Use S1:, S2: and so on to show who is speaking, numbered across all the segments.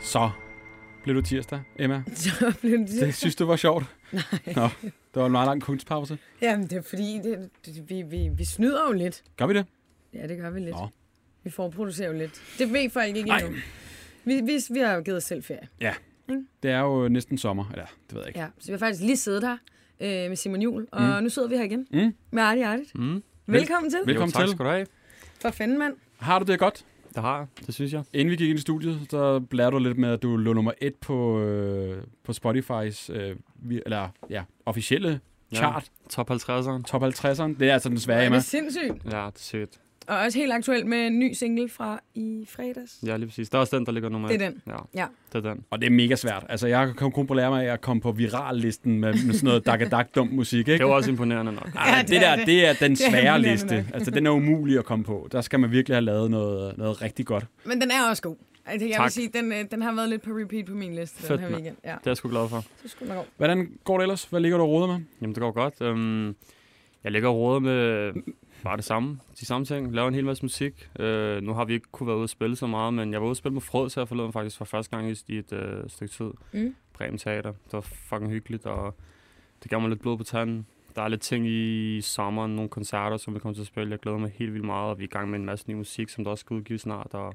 S1: Så blev du tirsdag, Emma.
S2: Så blev det,
S1: Det synes du var sjovt.
S2: Nej.
S1: Nå, det var en meget lang kunstpause.
S2: Jamen, det er fordi, det, det, vi, vi, vi snyder jo lidt.
S1: Gør vi det?
S2: Ja, det gør vi lidt.
S1: Nå.
S2: Vi forproducerer jo lidt. Det ved folk ikke
S1: Nej.
S2: endnu. Vi, vi, vi har jo givet os selv ferie.
S1: Det er jo næsten sommer. Eller, det ved jeg ikke.
S2: Ja, så vi har faktisk lige siddet her øh, med Simon Jul, og mm. nu sidder vi her igen
S1: Mm.
S2: med Arti Artit.
S3: Mm.
S2: Velkommen til.
S1: Velkommen
S3: jo, tak
S1: til.
S3: skal du have.
S2: For fanden, mand.
S1: Har du det godt?
S3: Det har jeg. Det synes jeg.
S1: Inden vi gik ind i studiet, så blærte du lidt med, at du lå nummer et på, øh, på Spotify's øh, vi- eller, ja, officielle
S3: Ja.
S1: chart,
S3: Top 50'eren.
S1: top 50'eren. Det er altså den svære,
S2: Er
S1: Emma.
S2: det sindssygt?
S3: Ja, det er sødt.
S2: Og også helt aktuelt med en ny single fra i fredags.
S3: Ja, lige præcis. Der er også den, der ligger nummer
S2: Det
S3: et.
S2: er den.
S3: Ja,
S2: Ja.
S3: det er den.
S1: Og det er mega svært. Altså, jeg kan kun på lære mig at komme på virallisten med, med sådan noget dakadak dum musik,
S3: Det
S1: ikke?
S3: var også imponerende nok.
S1: Ej,
S2: Ja,
S1: det, det der, det. det er den
S2: er
S1: svære
S2: imponerende
S1: liste.
S2: nok.
S1: Altså, den er umulig at komme på. Der skal man virkelig have lavet noget, noget rigtig godt.
S2: Men den er også god. Altså, jeg
S3: Tak.
S2: vil sige, den, øh, den har været lidt på repeat på min liste den
S3: Fedt,
S2: her
S3: mand.
S2: weekend. Ja,
S3: Det er jeg sgu glad for.
S2: så skulle den gå.
S1: Hvordan går det ellers? Hvad ligger du og roder med?
S3: Jamen, det går godt. Øhm, jeg ligger og råder med bare det samme. De samme ting. Laver en hel masse musik. Øh, nu har vi ikke kunne være ude og spille så meget, men jeg var ude og spille med Frøs her forleden faktisk for første gang i, i et øh, stykke tid.
S2: Mm.
S3: Bremen Teater. Det var fucking hyggeligt, og det gav mig lidt blod på tanden. Der er lidt ting i sommeren, nogle koncerter, som vi kommer til at spille. Jeg glæder mig helt vildt meget, og vi er i gang med en masse ny musik, som der også skal udgives snart, og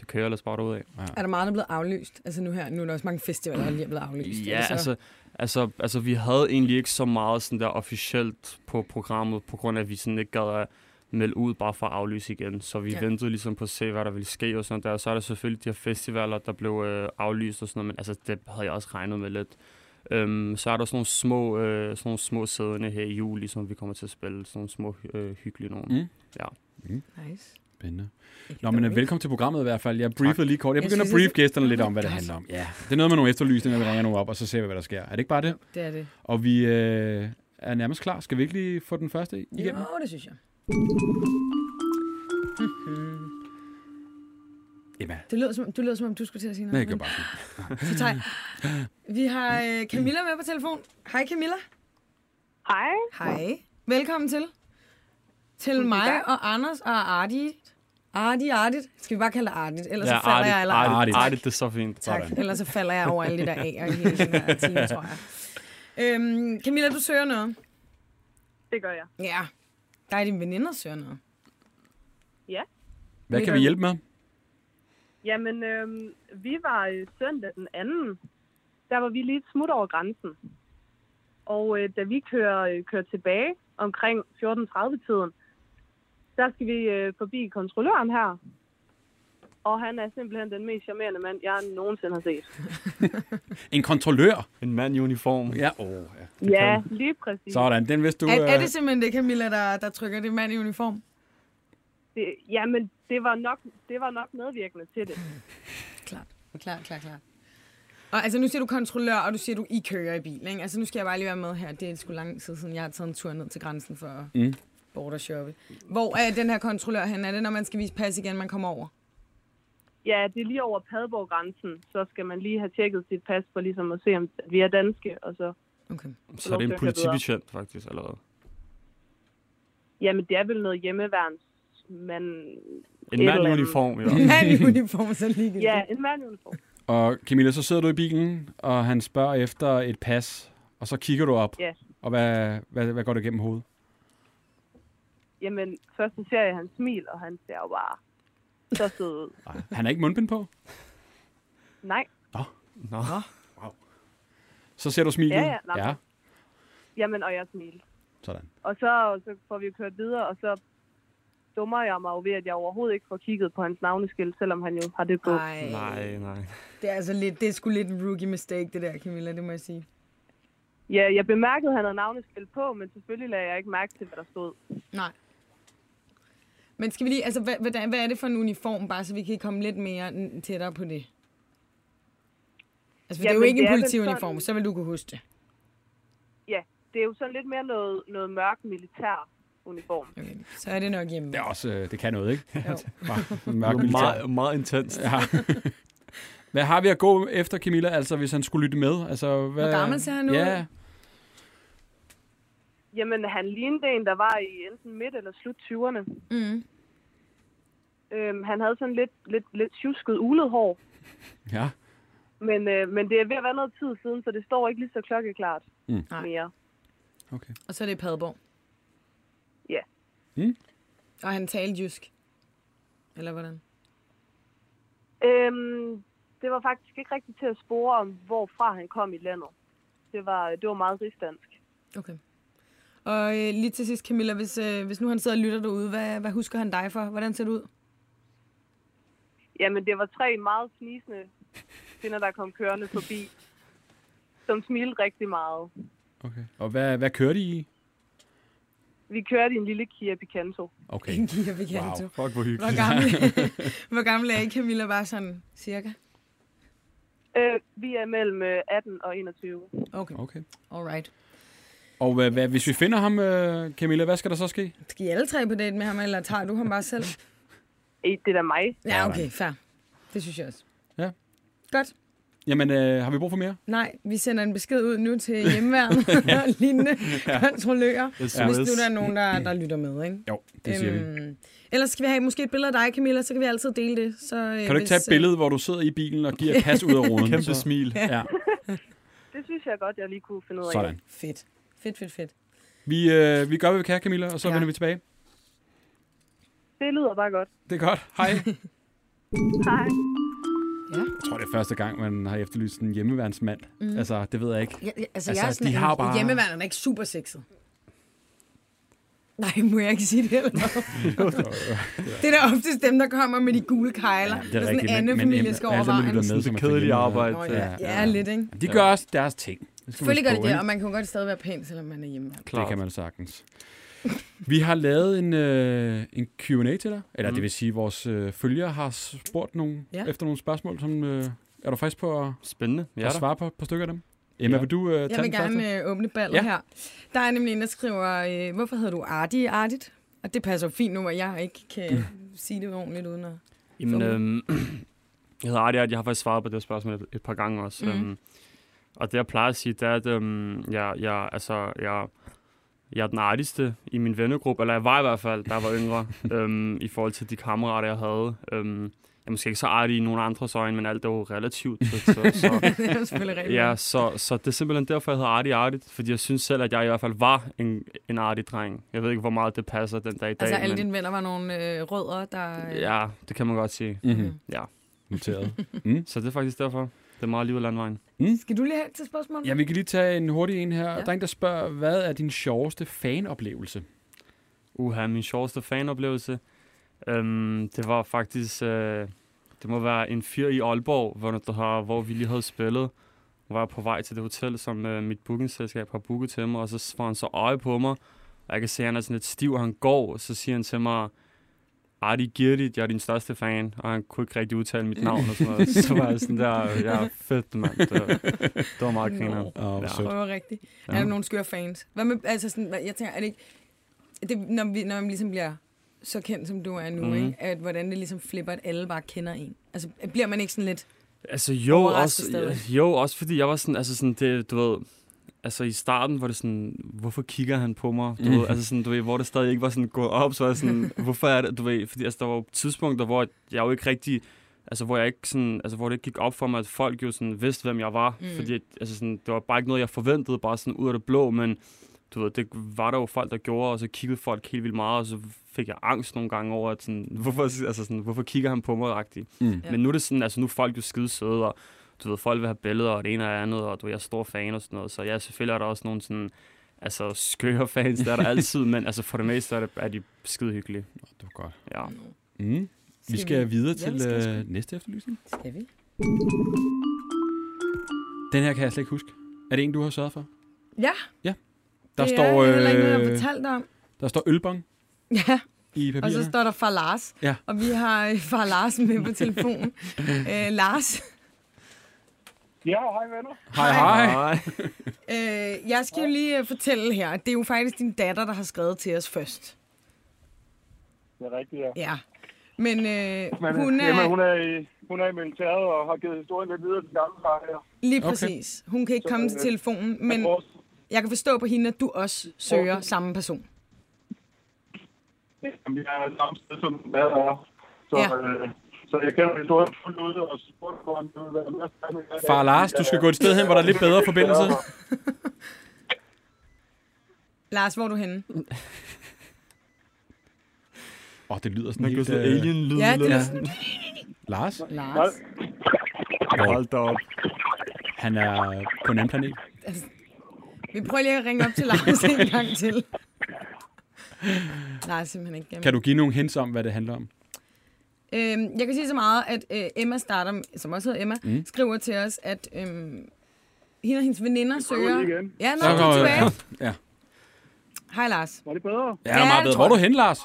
S3: det kører ellers bare ud af.
S2: Er der meget, der er blevet aflyst? Altså nu her, nu er der også mange festivaler, der lige er blevet aflyst. Er
S3: Ja,
S2: det så-
S3: altså, altså, altså, vi havde egentlig ikke så meget sådan der officielt på programmet, på grund af, at vi sådan ikke gad at melde ud bare for at aflyse igen. Så vi
S2: Ja.
S3: ja. ventede ligesom på at se, hvad der ville ske og sådan der. Og så er der selvfølgelig de her festivaler, der blev øh, aflyst og sådan noget, men altså, det havde jeg også regnet med lidt. Øhm, så er der sådan nogle små, øh, sådan nogle små sæderne her i juli, som vi kommer til at spille. Sådan nogle små øh, hyggelige nogen.
S1: Mm.
S2: Nice.
S1: Spændende. Nå, men øh, velkommen til programmet i hvert fald. Jeg briefede lige kort. Jeg
S2: Jeg
S1: begynder at
S2: synes, jeg-
S1: briefe gæsterne lidt om, hvad det
S2: Godt.
S1: handler om. Ja, det er noget med nogle efterlysninger, vi ringer nu op, og så ser vi, hvad der sker. Er det ikke bare det?
S2: Det er det.
S1: Og vi øh, er nærmest klar. Skal vi ikke lige få den første i- igennem?
S2: Jo, det synes jeg.
S1: Emma.
S2: Det lød, som, du lød som om, du skulle til at sige
S1: Nej,
S2: noget.
S1: jeg gør bare sådan.
S2: men så tager jeg. Vi har øh, Camilla med på telefon. Hej Camilla.
S4: Hej.
S2: Hej. Velkommen til. Til mig og Anders og Ardit. Ardi, Ardit. Skal vi bare kalde dig Ardit? Ellers så falder jeg eller
S3: artigt,
S1: Artigt.
S3: artigt, artigt, det er så fint.
S2: Tak.
S1: Sådan.
S2: Ellers så falder jeg over alle de der A'er i hele den her time, tror jeg. Øhm, Camilla, du søger noget.
S4: Det gør jeg.
S2: Ja. Der er dine veninder, søger noget.
S1: Hvad
S2: Vi
S1: kan
S2: gør-
S1: vi hjælpe med?
S4: Jamen, øhm, vi var øh, søndag den anden. Der var vi lige et smut over grænsen. Og øh, da vi kører, øh, kører tilbage omkring 14.30-tiden, der skal vi øh, forbi kontrolløren her. Og han er simpelthen den mest charmerende mand, jeg nogensinde har set.
S1: En kontrollør.
S3: En mand i uniform.
S1: Ja, oh, ja.
S4: Ja, lige præcis.
S1: Sådan, den vidste du...
S2: Er, er
S1: øh,
S2: det simpelthen det, Camilla, der, der trykker det mand i uniform?
S4: Det, jamen, det var, nok, det var nok medvirkende til det.
S2: Klart. Klart, klart, klart. Og altså, nu siger du kontrollør, og du siger, du I kører i bil, ikke? Altså, nu skal jeg bare lige være med her. Det er sgu lang tid siden, jeg har taget en tur ned til grænsen for at
S1: Mm.
S2: mm. bordershoppe. Hvor er den her kontrollør hen? Er det, når man skal vise pas igen, man kommer over?
S4: Ja, det er lige over Padborg-grænsen. Så skal man lige have tjekket sit pas for ligesom at se, om vi er danske, og så
S2: Okay.
S3: Så er det en politibetjent faktisk allerede.
S4: Jamen, det er vel noget hjemmeværns, men...
S3: En
S4: Et
S3: mand
S4: eller
S3: i
S4: andet.
S3: uniform, ja.
S2: Mand i uniform, så ligegyldigt.
S4: Ja, en mand i uniform.
S1: Og Camilla, så sidder du i bilen, og han spørger efter et pas, og så kigger du op.
S4: Ja.
S1: Og hvad, hvad, hvad går det gennem hovedet?
S4: Jamen, først så ser jeg hans smil, og han ser jo bare så sød ud.
S1: Ej, Han har ikke mundbind på.
S4: Nej,
S3: Nå.
S1: Så ser du smilet.
S4: Ja, ja, nej.
S1: ja
S4: jamen, og jeg smiler.
S1: sådan.
S4: Og så, så får vi kørt videre, og så dummer jeg mig jo ved, at jeg overhovedet ikke får kigget på hans navneskilt, selvom han jo har det på.
S2: Ej.
S3: Nej, nej.
S2: Det er altså lidt, det er sgu lidt en rookie mistake, det der, Camilla, det må jeg sige.
S4: Ja, jeg bemærkede, at han havde navneskilt på, men selvfølgelig lagde jeg ikke mærke til, hvad der stod.
S2: Nej. Men skal vi lige, altså, hvad, hvad, hvad er det for en uniform, bare så vi kan komme lidt mere n- tættere på det? Altså, for ja, det er jo
S4: Jamen,
S2: ikke
S4: det
S2: en
S4: er vel
S2: politiuniform,
S4: sådan-
S2: så vil du kunne huske det.
S4: Ja, det er jo sådan lidt mere noget, noget mørk militær uniform.
S2: Okay. Så er det nok hjemme.
S1: Det, er også, øh, det kan noget, ikke?
S2: Jo.
S1: Bare
S3: Det
S1: mørk
S3: var
S1: militær.
S3: meget, meget intenst.
S1: Ja. Hvad har vi at gå efter, Camilla, altså, hvis han skulle lytte med? Altså, hvad...
S2: Hvor gammel ser han ud?
S1: Ja,
S4: Jamen, han lignede en, der var i enten midt eller slut 20'erne.
S2: Mm.
S4: Øhm, han havde sådan lidt, lidt, lidt tjusket ulet hår.
S1: ja.
S4: Men, øh, men det er ved at være noget tid siden, så det står ikke lige så klokkeklart
S1: Mm.
S4: mm.
S2: Nej.
S4: mere.
S1: Okay.
S2: Og så er det i Padborg.
S4: Ja.
S1: Mm.
S2: Og han talte jysk. Eller hvordan?
S4: Øhm, det var faktisk ikke rigtigt til at spore om, hvorfra han kom i landet. Det var, det var meget rigsdansk.
S2: Okay. Og øh, lige til sidst, Camilla, hvis, øh, hvis nu han sidder og lytter derude, hvad, hvad husker han dig for? Hvordan ser du ud?
S4: Jamen, det var tre meget fnisende kvinder, der kom kørende forbi, som smilte rigtig meget.
S1: okay. Og hvad, hvad kørte I i?
S4: Vi kørte i en lille Kia Picanto.
S1: Okay.
S2: En Kia Picanto.
S1: Wow.
S3: Fuck, hvor
S2: Hvor
S3: hyggeligt.
S2: gammel, hvor gammel er I, Camilla? Bare sådan cirka?
S4: Øh, vi er mellem øh, 18 og 21.
S2: Okay,
S1: Okay.
S2: alright.
S1: Og hvad, hvad, hvis vi finder ham, øh, Camilla, hvad skal der så ske?
S2: Skal I alle tre på date med ham, eller tager du ham bare selv?
S4: Ej, det er da mig.
S2: Ja, okay, fair. Det synes jeg også.
S1: Ja.
S2: Godt.
S1: Jamen, øh, har vi brug for mere?
S2: Nej, vi sender en besked ud nu til hjemmeværnet og lignende kontrollører,
S3: Ja.
S2: hvis nu der er nogen, der, der lytter med, ikke?
S1: Jo, det siger vi.
S2: Øhm, Ellers skal vi have måske et billede af dig, Camilla, så kan vi altid dele det. Så, øh,
S1: Kan du ikke tage et billede, hvor du sidder i bilen og giver et pas ud af ruden?
S3: Kæmpe
S1: Så-
S3: smil.
S1: Ja,
S4: Det synes jeg godt, jeg lige kunne finde ud af.
S1: sådan.
S2: Fedt. Fedt, fedt, fedt.
S1: Vi, øh, vi gør, hvad vi kan, Camilla, og så
S2: Ja.
S1: ja. vender vi tilbage.
S4: Det lyder bare godt.
S1: Det er godt. Hej.
S4: Hej.
S1: Jeg tror, det er første gang, man har efterlyst en hjemmeværnsmand. Mm. Altså, det ved jeg ikke.
S2: Ja, ja, altså,
S1: Altså,
S2: jeg er sådan,
S1: de
S2: en-
S1: har bare-
S2: Hjemmeværnet er ikke super sexet. Nej, må jeg ikke sige det eller hvad? Det er da oftest dem, der kommer med de gule kejler. Ja, det er, sådan
S1: rigtigt, men-
S2: anden
S1: men-
S2: familie
S1: men
S2: skal
S1: alle
S2: over
S1: dem, der lytter
S2: vejen.
S1: med,
S3: Det
S1: som er fra
S3: kedelige
S1: hjemmeværnet.
S3: arbejde.
S2: Nå,
S3: Ja,
S2: ja, ja, lidt, ikke?
S1: De gør også deres ting. Det skal man
S2: Selvfølgelig gør
S1: huske
S2: det
S1: på,
S2: det,
S1: ikke?
S2: og man kan godt stadig være pæn, selvom man er hjemmeværnet.
S1: Det
S3: klart.
S1: kan man sagtens. Vi har lavet en, øh, en Q&A til dig. Eller mm.
S3: Mm.
S1: det vil sige, at vores øh, følgere har spurgt nogle,
S2: Ja.
S1: ja. efter nogle spørgsmål, som øh, er du frisk på at,
S3: Spændende. Ja,
S1: ja, at
S3: da.
S1: svare på på stykker af dem? Emma,
S3: Ja.
S1: ja. vil du øh, tage
S2: Jeg vil
S1: den første?
S2: gerne øh, åbne ballet ja.
S1: Ja.
S2: her. Der er nemlig en, der skriver, øh, hvorfor hedder du Arti Artit? Og det passer jo fint nu, at jeg ikke kan
S1: Mm.
S2: sige det ordentligt uden at...
S3: Jamen,
S2: Så-
S3: øhm, jeg hedder Artie, Artie. jeg har faktisk svaret på det spørgsmål et, et par gange også.
S2: Mhm.
S3: Mm. Øhm, og det, jeg plejer at sige, det er, at øhm, jeg, jeg, altså, jeg, jeg er den artigste i min vennegruppe, eller jeg var i hvert fald, da jeg var yngre, øhm, i forhold til de kammerater, jeg havde. Øhm, jeg er måske ikke så artig i nogen andres øjne, men alt er jo relativt. Så, så, så,
S2: det er jo selvfølgelig rigtigt.
S3: ja, så, så det er simpelthen derfor, jeg hedder Artie Artit, fordi jeg synes selv, at jeg i hvert fald var en, en artig dreng. Jeg ved ikke, hvor meget det passer den dag i dag.
S2: altså, alle dine venner var nogle øh, rødder, der... øh,
S3: Ja, det kan man godt sige.
S1: Mm-hmm.
S3: Ja.
S1: Noteret. Mm.
S3: Så det er faktisk derfor. Det er meget liv af landvejen.
S2: Skal du lige have til spørgsmål?
S1: Ja, vi kan lige tage en hurtig en her.
S2: Ja.
S1: Ja. Der er en, der spørger, hvad er din sjoveste fanoplevelse?
S3: Uha, min sjoveste fanoplevelse. Øhm, det var faktisk, øh, det må være en fyr i Aalborg, hvor, der har, hvor vi lige havde spillet. Nu var jeg på vej til det hotel, som øh, mit bookingselskab har booket til mig, og så får han så øje på mig, og jeg kan se, at han er sådan lidt stiv, og han går, og så siger han til mig, Arti Girtit, jeg er din største fan, og han kunne ikke rigtig udtale mit navn og sådan noget. Så var jeg sådan der, ja, fedt mand. Det, det var meget griner.
S2: Nå.
S1: Åh, hvor
S3: Ja.
S1: sødt.
S2: Prøver rigtigt. Ja.
S3: Ja.
S2: Er der nogle skøre fans? Hvad med, altså sådan, hvad- jeg tænker, er det ikke... Det, når, vi, når man ligesom bliver så kendt, som du er nu,
S3: Mhm.
S2: mm. ikke? At, hvordan det ligesom flipper, at alle bare kender en. Altså, bliver man ikke sådan lidt...
S3: Altså jo,
S2: Overrasket
S3: også,
S2: stadig.
S3: jo, også fordi jeg var sådan, altså sådan, det, du ved, altså i starten var det sådan, hvorfor kigger han på mig? Du
S2: Mm.
S3: ved, altså sådan, du ved, hvor det stadig ikke var sådan gået op, så var jeg sådan, hvorfor er det, du ved, fordi altså, der var jo tidspunkter, hvor jeg jo ikke rigtig, altså hvor jeg ikke sådan, altså hvor det ikke gik op for mig, at folk jo sådan vidste, hvem jeg var,
S2: Mm.
S3: mm. fordi altså sådan, det var bare ikke noget, jeg forventede, bare sådan ud af det blå, men du ved, det var der jo folk, der gjorde, og så kiggede folk helt vildt meget, og så fik jeg angst nogle gange over, at sådan, hvorfor, altså sådan, hvorfor kigger han på mig, agtigt.
S1: Mm.
S2: Ja.
S3: Ja. Men nu er det sådan, altså nu er folk jo skide søde, og du ved, folk vil have billeder, og det ene og det andet, og du ved, jeg er stor fan og sådan noget. Så ja, selvfølgelig er der også nogle sådan, altså skøre fans, der er der altid, men altså for det meste er, det, er de skide hyggelige.
S1: Det var godt.
S3: Ja.
S1: Mm. Vi skal videre til
S2: vi skal sgu.
S1: øh, næste efterlysning.
S2: Skal vi?
S1: Den her kan jeg slet ikke huske. Er det en, du har sørget for?
S2: Ja,
S1: Der
S2: det
S1: står,
S2: er heller ikke noget, jeg har
S1: øh,
S2: fortalt dig om.
S1: der står ølbong
S2: Ja,
S1: i
S2: og så
S1: papirerne.
S2: står der far Lars.
S1: Ja.
S2: Og vi har øh, far Lars med på telefonen. Æ, Lars,
S5: Ja, hej venner.
S1: Hej, hej.
S2: øh, jeg skal jo lige øh, fortælle her, at det er jo faktisk din datter, der har skrevet til os først.
S5: Det er rigtigt, ja.
S2: Ja. Men øh,
S5: Men,
S2: hun er...
S5: Emma, hun er, i, hun er i militæret og har givet historien lidt videre til gamle far her.
S2: Lige
S1: Okay.
S2: præcis. Hun kan ikke komme til
S5: øh,
S2: telefonen, men
S5: Vores,
S2: jeg kan forstå på hende, at du også søger samme person.
S5: jamen, jeg er samme sted som hvad der er. Så,
S2: Ja.
S5: ja. øh, Så jeg kender historien fuldt ud, og spurgte, hvor han ville være med.
S1: Far Lars, du skal gå et sted hen, hvor der er lidt bedre forbindelse.
S2: Lars, hvor er du henne?
S1: Åh, oh, det lyder sådan
S6: Den går
S1: helt...
S6: sådan
S1: øh,
S6: alien lyd.
S2: Ja, det er
S1: Ja. Lars,
S2: Lars.
S6: Hold da op.
S1: han er på en anden planet.
S2: Altså, vi prøver lige at ringe op til Lars en gang til. Lars er simpelthen ikke hjemme.
S1: Mm. Kan du give nogle hints om, hvad det handler om?
S2: Øhm, jeg kan sige så meget, at øh, Emma starter, som også hedder Emma, mm. skriver til os, at øhm, hende og hendes veninder søger...
S5: lige igen.
S2: Ja, nå, du er tilbage.
S1: Ja.
S2: Hej Lars.
S5: Var det bedre?
S1: Ja, det er meget bedre. Hvor er du hen, Lars?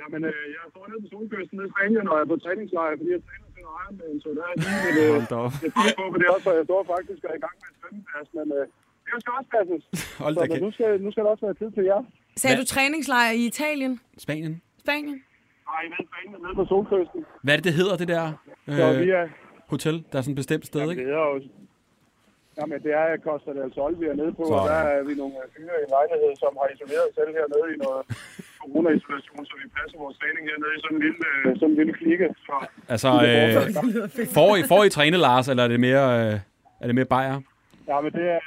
S5: Jamen, øh, jeg står nede på solkysten nede i Spanien, og jeg er på træningslejr, fordi jeg træner til nøjere med en soldat. Men øh,
S6: Hold da op.
S5: jeg prøver på, for det er også, og jeg står faktisk og er i gang med et svømmepas, men øh, det skal også passes.
S1: Hold
S5: Så,
S1: da
S5: men nu
S1: kæft.
S5: skal, nu skal der også være tid til jer.
S2: Sagde
S1: Hvad?
S2: du træningslejr i Italien?
S1: Spanien.
S2: Spanien?
S5: Nej, jeg ved Spanien nede på solkysten,
S1: Hvad er det, det hedder, det der
S5: så vi
S1: øh,
S5: er...
S1: hotel? Der er sådan et bestemt sted,
S5: Jamen,
S1: ikke?
S5: det hedder jo... Jamen, det er Costa del Sol, vi er nede på, og
S1: Sådan.
S5: der er vi nogle øh, fyre i en lejlighed, som har isoleret os selv hernede i noget corona-isolation, så vi passer vores træning hernede i sådan en lille, øh, sådan en lille klikke. Så,
S1: Altså, øh,
S2: Det lyder fedt.
S1: får, I, får I træne, Lars, eller er det mere, øh, er det mere bajer?
S5: ja, men det er,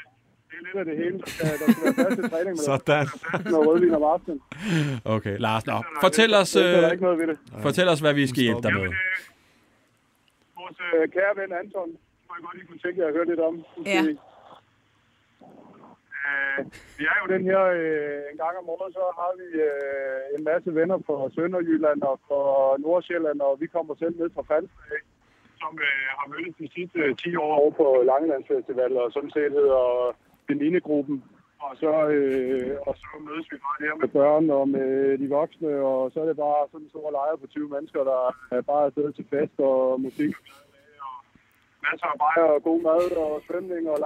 S5: det er lidt af det hele. Der skal, der skal være plads til træning, men der
S6: Sådan.
S5: skal være plads til noget rødvin om aftenen.
S1: Okay, Lars, nå. Fortæl os,
S5: Det er der
S1: øh,
S5: ikke noget ved det.
S1: fortæl os, hvad vi skal hjælpe dig med.
S5: Jamen, øh, vores øh, kære ven Anton, må jeg godt lige kunne tænke jer at høre lidt om. måske.
S2: Ja.
S5: Øh, vi er jo den her, øh, en gang om året, så har vi øh, en masse venner fra Sønderjylland og fra Nordsjælland, og vi kommer selv ned fra Falster, af, som øh, har mødtes de sidste øh, 10 år over på Langelandsfestival, og som set hedder Beninegruppen. Og så, øh, og så mødes vi bare der med børn og med de voksne, og så er det bare sådan en stor lejr på 20 mennesker, der er bare afsted til fest og musik og masser af bajer og god mad og svømning og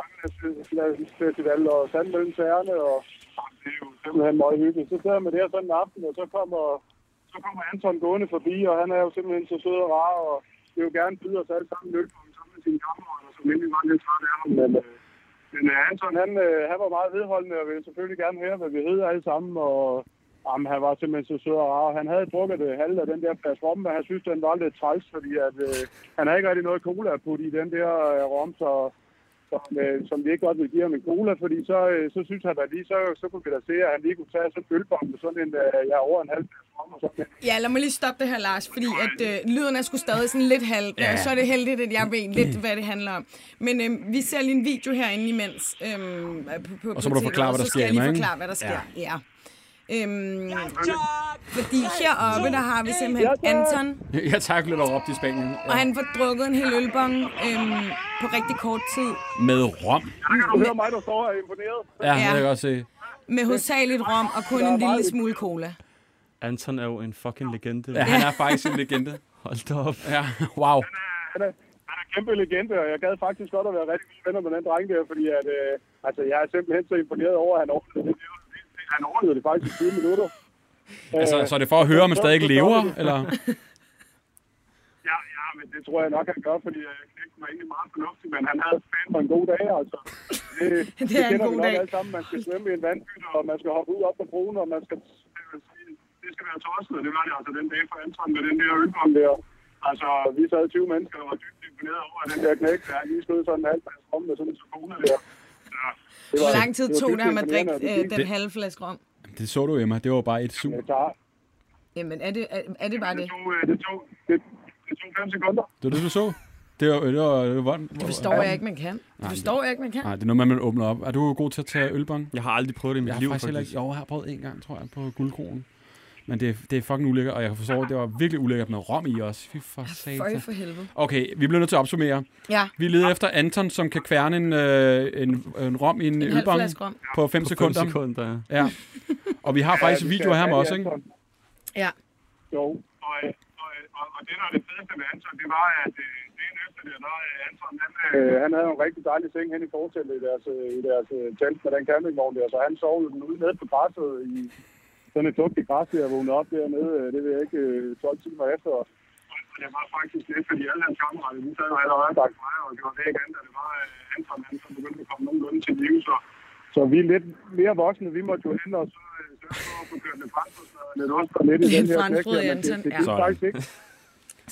S5: langlandsfestival og sand mellem tæerne. Og, Jamen, det er jo simpelthen meget hyggeligt. Så sidder man der sådan en aften, og så kommer, så kommer Anton gående forbi, og han er jo simpelthen så sød og rar, og vil jo gerne byde os alle sammen lykke på ham sammen med sine kammerater, som egentlig var lidt træt af ham. Men, øh, men øh, Anton, han, øh, han var meget vedholdende, og ville selvfølgelig gerne høre, hvad vi hed alle sammen, og Jamen, han var simpelthen så sød og rar. Han havde drukket det halve af den der flaske rom, men han synes, den var lidt træls, fordi at, øh, han havde ikke rigtig noget cola at putte i den der øh, rom, så, som, øh, som vi ikke godt ville give ham en cola, fordi så, øh, så synes han da lige, så, så kunne vi da se, at han lige kunne tage sådan en ølbombe, sådan en, øh, ja, over en halv flaske rom, og så
S2: Ja, lad mig lige stoppe det her, Lars, fordi at øh, lyden er sgu stadig sådan lidt halv, ja. og så er det heldigt, at jeg ved
S1: Mm.
S2: lidt, hvad det handler om. Men øh, vi ser lige en video herinde imens. Øh, på, på,
S1: Og så må
S2: på
S1: du
S2: TV,
S1: forklare, hvad der
S2: så skal
S1: sker,
S2: jeg lige
S1: Emma, ikke?
S2: forklare, hvad der sker. Ja. Øhm, fordi heroppe, der har vi simpelthen Anton,
S1: Jeg tak, lidt over op til Spanien.
S2: og
S1: Ja.
S2: han får drukket en hel ølbong øhm, på rigtig kort tid
S1: Med rom.
S5: kan du høre mig, der står og er imponeret.
S1: Ja,
S2: Ja.
S1: det kan jeg godt se.
S2: med hovedsageligt rom og kun en lille smule cola.
S3: Anton er jo en fucking legende.
S1: Ja, han er faktisk en legende.
S6: Hold da op.
S1: Ja, wow.
S5: han er, han er kæmpe legende, og jeg gad faktisk godt at være rigtig gode venner med den dreng der, fordi at, øh, altså, jeg er simpelthen så imponeret over, at han overlevede det. Han overlevede det faktisk i 20 minutter. Øh,
S1: Altså, så er det for at høre, om man stadig lever, eller?
S5: Ja, ja, men det tror jeg nok, han gør, fordi øh, knægten var egentlig meget fornuftig, men han havde fandme en god dag, altså. Det, det,
S2: en
S5: kender
S2: god
S5: vi nok
S2: dag.
S5: alle sammen. Man skal svømme i en vandbytte, og man skal hoppe ud op på broen, og man skal... det vil sige, Det skal være tosset, og det var det altså den dag for Anton med den der ølbom der. Altså, vi sad 20 mennesker og var dybt imponeret over, at den der knæk, der lige stod sådan en halv plads rum med sådan en sekone der. Ja, det var-
S2: Hvor lang tid
S5: det var
S2: tog
S5: dybt
S2: det ham at drikke
S5: imponerende, og
S2: øh,
S5: det gik.
S2: den halve flaske rom?
S1: Det så du, Emma. Det var bare et sug.
S5: Det tager-
S2: Jamen, er det, er, er det bare
S5: det
S2: det?
S5: tog, øh, det tog, det, det tog fem sekunder.
S1: Det var det, du så? Det var, det var, det var, det
S2: Det forstår jeg ikke, man kan. Det forstår jeg ikke, man kan.
S1: Nej, det er noget, man man åbner op. Er du god til at tage ølbong?
S3: Jeg har aldrig prøvet det i mit
S1: Jeg har
S3: liv,
S1: faktisk
S3: faktisk.
S1: heller ikke... Jo, jeg har prøvet en gang, tror jeg, på guldkronen. Men det, er- det er fucking ulækkert, og jeg kan forstå, at det var virkelig ulækkert med rom i os. Fy for
S2: Føj
S1: satan.
S2: for helvede.
S1: Okay, vi bliver nødt til at opsummere.
S2: Ja,
S1: Vi leder efter Anton, som kan kværne en, øh, en, en rom i en,
S2: en halv
S1: ølbong
S2: flaske rom.
S1: på 5
S3: Fem
S1: sekunder.
S3: sekunder. ja.
S1: Ja. Og vi har faktisk
S5: Ja,
S1: ja,
S5: vi
S1: videoer
S5: skal
S1: her med
S5: have
S1: os,
S5: det,
S1: ikke?
S5: Anton.
S2: Ja.
S5: Jo, og, øh, og, øh, og, og det, der er det fedeste med Anton, det var, at øh, dagen efter det, der øh, Anton, han, øh, han havde en rigtig dejlig seng hen i fortællet i deres, øh, i deres øh, telt med den campingvogn der, så han sov jo den ude nede på græsset i sådan et fugtigt græs, der jeg vågnede op dernede, øh, det ved jeg ikke, øh, 12 timer efter. Og det var faktisk lidt, fordi alle hans kammerater, de sad jo allerede og drak mig, og det var det igen, da det var øh, Anton, han så begyndte at komme nogenlunde til live, så så vi er lidt mere voksne, vi måtte jo hen og så øh, sørge for at få kørt lidt franskbrød og lidt ost og lidt i
S2: Lidt
S5: den her knæk
S2: franskbrød i
S5: her, men det-
S2: Anton,
S5: Det
S2: ja.
S5: gik faktisk ikke.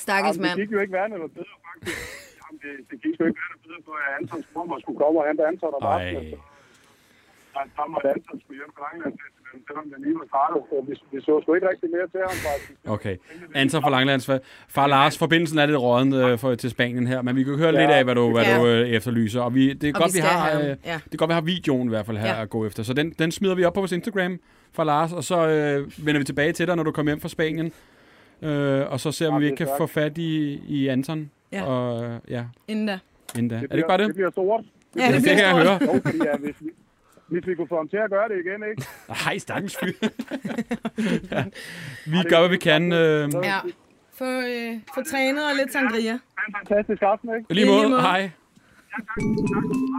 S2: Stakkels
S5: Jamen,
S2: mand.
S5: det gik jo ikke værre eller bedre, faktisk. Jamen, det, det gik jo ikke værre eller bedre, for at Antons mormor skulle komme og hente Anton om
S1: Ej.
S5: aftenen. så- Så han måtte Anton skulle hjem fra England, til- selvom det lige var startet. Så vi, vi så sgu ikke rigtig mere til ham, faktisk.
S1: Okay. Anton fra Langlands. Far Lars, forbindelsen er lidt råden øh, for, til Spanien her, men vi kan høre ja.
S5: Ja.
S1: lidt af, hvad du, hvad
S2: Ja.
S1: du øh, efterlyser. Og vi, det er
S2: Og
S1: godt,
S2: vi
S1: vi,
S2: skal
S1: har,
S2: have
S1: øh,
S2: ham. Ja.
S1: det er godt, vi har videoen i hvert fald her
S2: Ja.
S1: at gå efter. Så den, den smider vi op på vores Instagram fra Lars, og så øh, vender vi tilbage til dig, når du kommer hjem fra Spanien. Øh, og så ser vi, om vi
S5: det er
S1: ikke kan
S5: stærkt.
S1: få fat i, i Anton.
S2: Ja.
S1: Og, øh, ja,
S2: Inden da.
S1: inden da. Er det
S5: bliver-
S1: ikke bare
S5: Det
S1: det?
S5: bliver sort.
S2: Ja, det
S1: det
S2: bliver
S1: kan jeg
S2: stort.
S1: høre.
S5: Jo, fordi ja, hvis, vi, hvis vi kunne få ham til at gøre det igen, ikke?
S1: Ej, stakkels fyr. ja. Vi gør, hvad vi kan. Øh,
S2: Ja. Få, øh, få trænet og lidt sangria.
S5: Det er en fantastisk aften, ikke?
S1: lige
S2: lige
S1: måde.
S2: måde.
S1: Hej.
S5: Hej,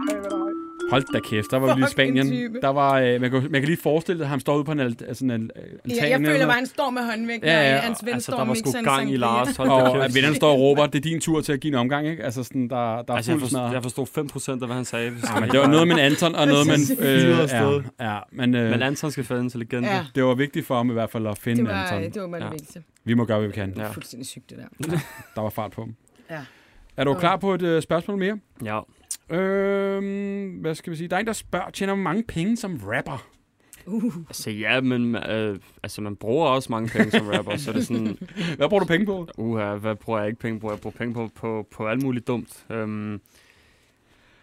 S5: hvad der er.
S1: Hold da kæft, der var vi lige i
S2: Fucking
S1: Spanien.
S2: type.
S1: Der var, øh, man, kan, man kan lige forestille sig, at han står ude på en alt, altså sådan en øh, altan.
S2: Ja, jeg føler
S1: eller-
S2: bare, han står med håndvægten,
S1: Ja,
S2: ja,
S1: ja,
S2: ja,
S1: og
S2: og hans ven
S3: altså,
S2: står
S3: der var
S2: og
S3: sgu
S2: mixer en
S3: gang i
S2: sangria.
S3: Lars. Hold da
S1: Og at
S3: kæft.
S1: vennerne står og råber, det er din tur til at give en omgang, ikke? Altså sådan, der, der er
S3: Altså,
S1: altså,
S3: jeg,
S1: fuld
S3: forstod,
S1: snart.
S3: jeg forstod 5% af, hvad han sagde. hvis
S1: Ja, men
S3: jeg-
S1: det var noget med en Anton og noget med en...
S6: Fyret
S1: Øh,
S6: afsted.
S1: ja, ja, men, øh,
S3: Men Anton skal fandme til legende.
S2: Ja,
S3: Ja.
S1: det var vigtigt for ham i hvert fald at finde
S2: det var,
S1: Anton.
S2: det var bare det
S3: Ja.
S2: vigtigste.
S1: Vi må gøre, hvad vi kan.
S3: Ja.
S2: Fuldstændig sygt, det der.
S1: Der var fart på ham.
S2: Ja.
S1: Er du
S2: Okay.
S1: klar på et øh, spørgsmål mere?
S3: ja.
S1: Øh, hvad skal vi sige? Der er en, der spørger, tjener man mange penge som rapper?
S3: Altså, ja, men øh, altså, man bruger også mange penge som rapper, så det er sådan,
S1: Hvad bruger du penge på?
S3: uha, hvad bruger jeg ikke penge på? Jeg bruger penge på, på, på alt muligt dumt. Øhm,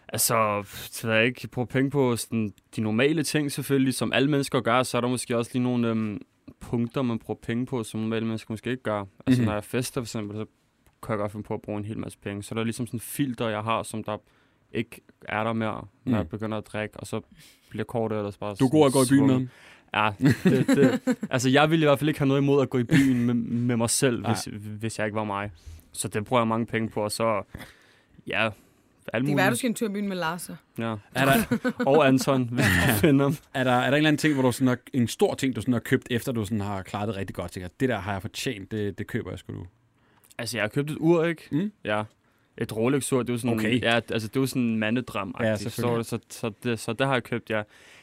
S3: altså, det ved jeg ikke, jeg bruger penge på sådan, de normale ting selvfølgelig, som alle mennesker gør, så er der måske også lige nogle øhm, punkter, man bruger penge på, som normale mennesker måske ikke gør. Altså,
S1: Mhm.
S3: mm-hmm. når jeg fester for eksempel, så kan jeg godt finde på at bruge en hel masse penge. Så er der er ligesom sådan en filter, jeg har, som der ikke er der mere, når
S1: Mm.
S3: mm. jeg begynder at drikke, og så bliver kortet ellers bare
S1: Du er god at gå i byen
S3: svunget.
S1: med.
S3: Ja, det, det, altså jeg ville i hvert fald ikke have noget imod at gå i byen med, med mig selv, hvis, hvis jeg ikke var mig. Så det bruger jeg mange penge på, og så, ja, alt
S2: Det kan være, du
S3: muligt.
S2: skal en tur i byen med Lars. så.
S3: Ja.
S1: Er der,
S3: Og Anton, hvis du finder ham.
S1: Er der, er der en eller anden ting, hvor du sådan har, en stor ting, du sådan har købt, efter du sådan har klaret det rigtig godt? Tænker, det der har jeg fortjent, det, det køber jeg sgu nu.
S3: Altså jeg har købt et ur, ikke?
S1: Mm.
S3: Ja. Et Rolex-ur, det er jo sådan,
S1: Okay.
S3: ja, altså, det er jo sådan en mandedrøm
S1: Ja,
S3: så,
S1: selvfølgelig.
S3: så, så, det, så det har jeg købt, ja.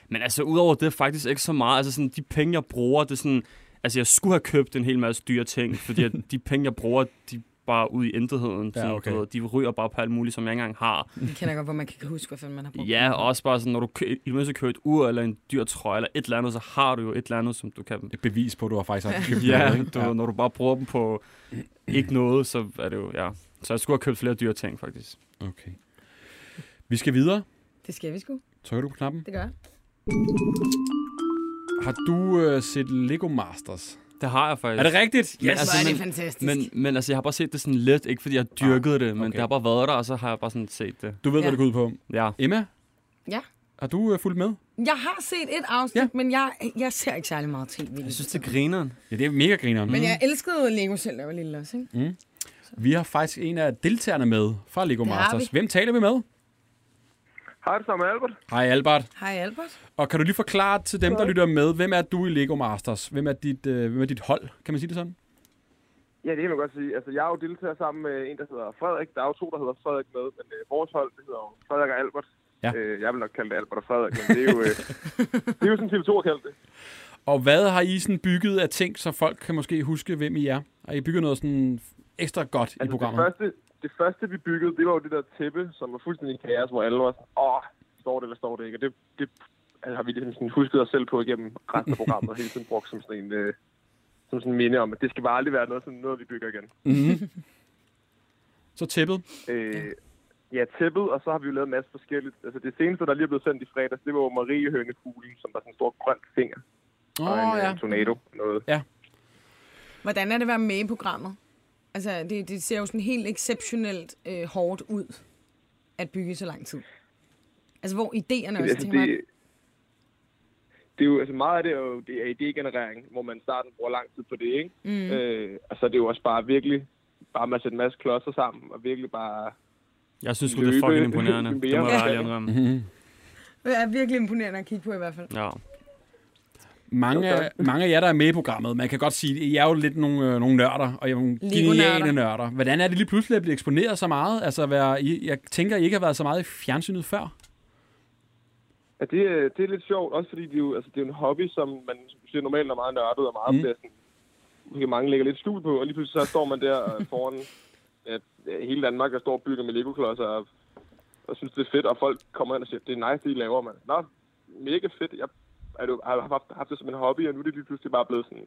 S3: Men altså udover det faktisk ikke så meget. Altså sådan, de penge, jeg bruger, det er sådan... Altså jeg skulle have købt en hel masse dyre ting, fordi at de penge, jeg bruger, de er bare ud i intetheden.
S1: Ja,
S3: Sådan,
S1: okay.
S3: du ved, de ryger bare på alt muligt, som jeg ikke engang har.
S2: Jeg kender godt, hvor man kan huske, hvad fanden man har brugt.
S3: Ja, og også bare sådan, når du kø- i det mindste køber et ur eller en dyr trøje eller et eller andet, så har du jo et eller andet, som du kan...
S1: Et bevis på, at du har faktisk har købt
S3: Ja,
S1: noget. ikke?
S3: du, ja. når du bare bruger dem på ikke noget, så er det jo... Ja. Så jeg skulle have købt flere dyre ting, faktisk.
S1: Okay. Vi skal videre.
S2: Det skal vi sgu.
S1: Trykker du på knappen?
S2: Det gør jeg.
S1: Har du øh, set Lego Masters?
S3: Det har jeg faktisk.
S1: Er det rigtigt? Yes.
S2: Altså,
S3: altså,
S2: Hvor er det
S3: men-
S2: fantastisk.
S3: men, men altså, jeg har bare set det sådan lidt, ikke fordi jeg har dyrket ah, det, men
S1: okay.
S3: okay. det har bare været der, og så har jeg bare sådan set det.
S1: Du ved, ja. hvad
S2: Ja.
S1: det går ud på.
S3: Ja.
S1: Emma?
S2: Ja?
S1: Har du øh, fulgt med?
S2: Jeg har set et afsnit,
S1: Ja.
S2: ja. men jeg, jeg ser ikke særlig meget tv.
S3: Jeg synes, det griner.
S1: Ja, det er mega grineren.
S2: Men jeg elskede Lego selv, da jeg var lille også, ikke?
S1: Vi har faktisk en af deltagerne med fra Lego
S2: Det har
S1: Masters.
S2: vi.
S1: Hvem taler vi med?
S5: Hej, det er Samme Albert.
S1: Hej Albert.
S2: Hej Albert.
S1: Og kan du lige forklare til dem, der lytter med, hvem er du i Lego Masters? Hvem er dit, øh, hvem er dit hold? Kan man sige det sådan?
S7: Ja, det kan man godt sige. Altså, jeg er jo deltager sammen med en, der hedder Frederik. Der er jo to, der hedder Frederik med, men øh, vores hold, det hedder jo Frederik og Albert.
S1: Ja.
S7: Øh, jeg vil nok kalde det Albert og Frederik, men det er jo, øh, det er jo sådan TV2 har kaldt det.
S1: Og hvad har I sådan bygget af ting, så folk kan måske huske, hvem I er? Har I bygget noget sådan ekstra godt i
S7: Altså, det,
S1: programmet?
S7: første, det første, vi byggede, det var jo det der tæppe, som var fuldstændig kaos, hvor alle var sådan, åh, står det eller står det ikke? Og det, det altså, har vi ligesom sådan husket os selv på igennem resten af programmet, og hele tiden brugt som sådan en... Øh, som sådan en minde om, at det skal bare aldrig være noget, sådan noget vi bygger igen.
S1: Så tæppet.
S7: Øh, ja, tæppet, og så har vi jo lavet en masse forskelligt. Altså det seneste, der lige er blevet sendt i fredags, det var jo Mariehønekuglen, som der er sådan en stor grøn finger.
S1: Åh,
S7: og en,
S1: oh,
S7: øh,
S1: ja.
S7: tornado. Noget.
S2: Hvordan er det at være med i programmet? Altså, det, det ser jo sådan helt exceptionelt øh, hårdt ud at bygge i så lang tid. Altså, hvor idéerne også
S7: altså,
S2: til
S7: det, det er jo, altså meget af det er jo det er idégenerering, hvor man i starten bruger lang tid på det, ikke? Mm. Øh, og så er det jo også bare virkelig, bare med at sætte en masse klodser sammen, og virkelig bare...
S3: Jeg synes sgu, det er fucking
S7: Løbe.
S3: imponerende. Det må jeg
S7: Ja.
S3: bare lige indrømme.
S6: Mhm.
S2: Det er virkelig imponerende at kigge på i hvert fald.
S3: Ja.
S1: Mange, af, mange af jer, der er med i programmet, man kan godt sige, at I er jo lidt nogle, øh, nogle nørder, og I er nogle geniale nørder. Hvordan er det lige pludselig at blive eksponeret så meget? Altså, at være, I, jeg tænker, I ikke har været så meget i fjernsynet før.
S7: Ja, det, er- det er lidt sjovt, også fordi det er jo, altså, det er jo en hobby, som man som du siger, normalt er meget nørdet og meget mm. sådan, hvilket mange lægger lidt skjul på, og lige pludselig så står man der øh, foran øh, hele Danmark og står og bygger med Lego-klodser og, og synes, det er fedt, og folk kommer ind og siger, det er nice, det I laver, mand. Nå, mega fedt. Jeg er du, har haft, haft det som en hobby, og nu er det lige pludselig bare blevet sådan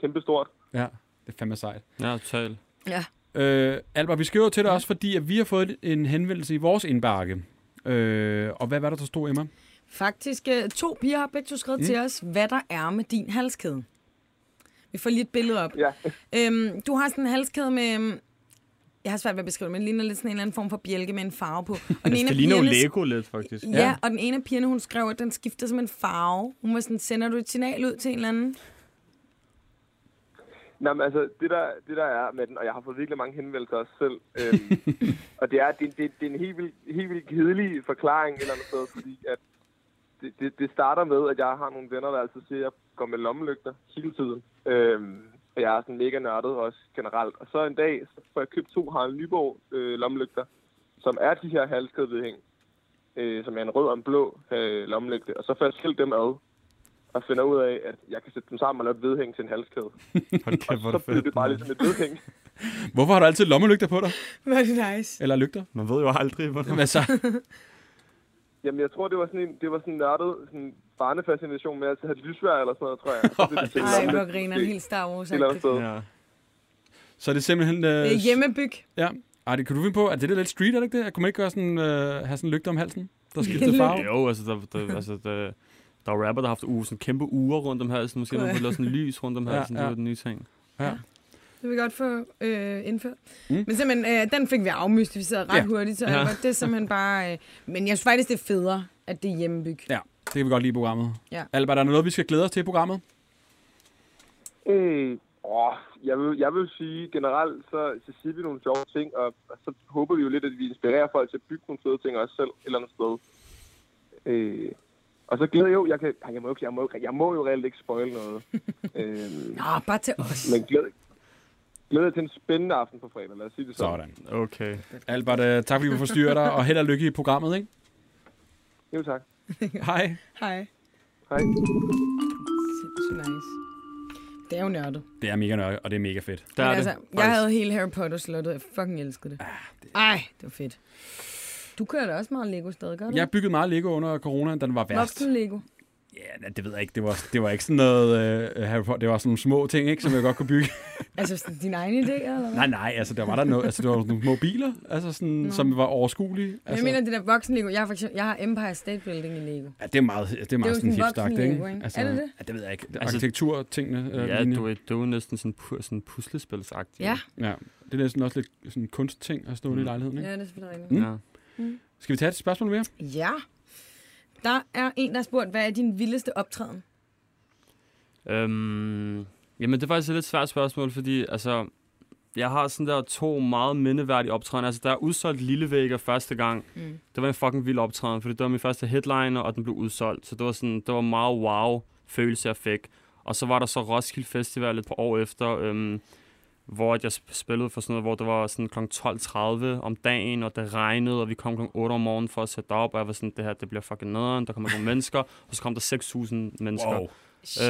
S7: kæmpestort.
S1: Ja, det er fandme sejt.
S3: Ja, totalt.
S2: Ja.
S1: Øh, Albert, vi skriver til dig også, fordi at vi har fået en henvendelse i vores indbakke. Øh, og hvad var der, der stod, Emma?
S2: Faktisk, øh, to piger har begge to skrevet mm. til os, hvad der er med din halskæde. Vi får lige et billede op.
S7: Ja.
S2: Øhm, du har sådan en halskæde med... øhm, Jeg har svært ved at beskrive det, men det ligner lidt sådan en eller anden form for bjælke med en farve på. Og den ene af
S6: Altså, Det ligner jo
S2: pigerne-
S6: Lego lidt, faktisk.
S2: Ja, ja, og den ene af pigerne, hun skrev, at den skifter som en farve. Hun var sådan, sender du et signal ud til en eller anden?
S7: Nå, men altså, det der, det der er med den, og jeg har fået virkelig mange henvendelser også selv, øhm, og det er, det, det, det er en helt vildt, helt vildt kedelig forklaring et eller andet sted, fordi at det, det, det starter med, at jeg har nogle venner, der altid siger, at jeg går med lommelygter hele tiden. Øhm, og jeg er sådan mega nørdet også generelt. Og så en dag, så får jeg købt to Harald Nyborg øh, lommelygter, som er de her halskædevedhæng, øh, som er en rød og en blå øh, lommelygte. Og så får jeg skilt dem ad, og finder ud af, at jeg kan sætte dem sammen og lave et vedhæng til en halskæde.
S6: Hold kæft, hvor er
S7: Så
S6: det
S7: blev det
S6: fedt.
S7: bare ligesom et vedhæng.
S1: Hvorfor har du altid lommelygter på dig?
S2: Var det nice.
S1: Eller lygter?
S6: Man ved jo aldrig, hvornår.
S1: Hvad så?
S7: Jamen, jeg tror, det var sådan en, det var sådan en nørdet sådan barnefascination med at have lysvær eller sådan noget, tror jeg. Og Så blev det til
S2: Ej,
S7: en
S2: hvor
S7: lampe.
S2: griner den helt Star Wars.
S7: Et eller andet
S2: Det
S7: sted.
S6: Ja.
S1: Så er det simpelthen... Øh,
S2: er hjemmebyg.
S1: Ja. Ej, det kan du finde på. Er det lidt street, er det ikke det? Kunne man ikke gøre sådan, øh, have sådan en lygte om halsen, der skifter farve?
S3: Jo, altså, der, der, altså, der, der er rapper, der har haft uh, sådan kæmpe uger rundt om halsen. Måske man får lavet sådan lys rundt om
S1: Ja,
S3: halsen. Ja, ja.
S1: ja.
S3: Det var den nye ting.
S2: Det vil vi godt få øh, indført.
S1: Mm.
S2: Mm. Men simpelthen, øh, den fik vi afmystificeret ret
S1: Ja.
S2: ja. hurtigt, så
S3: Ja.
S2: ja. det er simpelthen bare... Øh, men jeg synes faktisk, det er federe, at det er hjemmebyg.
S1: Ja, det kan vi godt lide i programmet.
S2: Ja.
S1: Albert, er der noget, vi skal glæde os til i programmet?
S7: Mm, åh, jeg, vil, jeg vil sige, generelt så, så siger vi nogle sjove ting, og, og så håber vi jo lidt, at vi inspirerer folk til at bygge nogle fede ting også selv et eller andet sted. Øh, og så glæder jeg jo, jeg, kan, ej, jeg, må, jo ikke- jeg, må, jeg må jo reelt ikke spoil noget. øh,
S2: Nå, bare til os.
S7: men glæder, glæder jeg til en spændende aften på fredag, lad os sige det sådan.
S1: Sådan.
S3: Okay.
S1: Albert, øh, tak fordi vi forstyrrer dig, og held og lykke i programmet, ikke?
S7: Jo tak.
S1: Hej.
S2: Hej.
S7: Hej.
S2: Sindssygt nice. Det er jo nørdet.
S1: Det er mega nørdet, og det Ah, er mega fedt.
S3: Der
S2: Men
S3: er det.
S2: altså, jeg havde hele Harry Potter-slottet. Jeg fucking elskede det. Ej, det var fedt. Du kører da også meget Lego stadig, gør du?
S1: Jeg byggede meget Lego under coronaen, da den var værst.
S2: Voksen Lego.
S1: Ja, nej, det ved jeg ikke. Det var, det var ikke sådan noget øh, Harry Potter. Det var sådan nogle små ting, ikke, som jeg godt kunne bygge.
S2: Altså, sådan din egen idé, eller hvad?
S1: nej, nej, altså der var der noget, altså der var nogle mobiler, altså sådan, som var overskuelige.
S2: Men
S1: Altså,
S2: Jeg mener, det der voksen Lego. Jeg har, for eksempel, jeg har Empire State Building i Lego.
S1: ja, det er meget, det er
S2: jo
S1: meget
S2: sådan
S1: sådan hipstagt,
S2: voksen Lego,
S1: ikke?
S8: Altså,
S2: ikke? Er det det?
S1: Ja, det ved jeg ikke.
S3: Altså-
S1: Arkitekturtingene. Øh,
S3: Ja,
S1: linje.
S3: du, er- du er næsten sådan, pu- sådan puslespilsagtig.
S2: Ja,
S1: Ja, det er næsten også lidt sådan kunstting at stå mm. i lejligheden, ikke?
S2: ja det er selvfølgelig rigtigt.
S3: Ja.
S1: Skal vi tage et spørgsmål mere?
S2: Ja. Der er en, der har spurgt, hvad er din vildeste optræden?
S3: Øhm, jamen, det er faktisk et lidt svært spørgsmål, fordi altså, jeg har sådan der to meget mindeværdige optræden. Altså, der er udsolgt Lillevækker første gang. Mm. Det var en fucking vild optræden, fordi det var min første headliner, og den blev udsolgt. Så det var sådan, det var meget wow-følelse, jeg fik. Og så var der så Roskilde Festival et par år efter, øhm, hvor at jeg sp- spillede for sådan noget, hvor det var sådan kl. 12.30 om dagen, og det regnede, og vi kom kl. 8 om morgenen for at sætte op, og jeg var sådan, det her, det bliver fucking nederen, der kommer nogle mennesker, og så kom der 6.000 mennesker.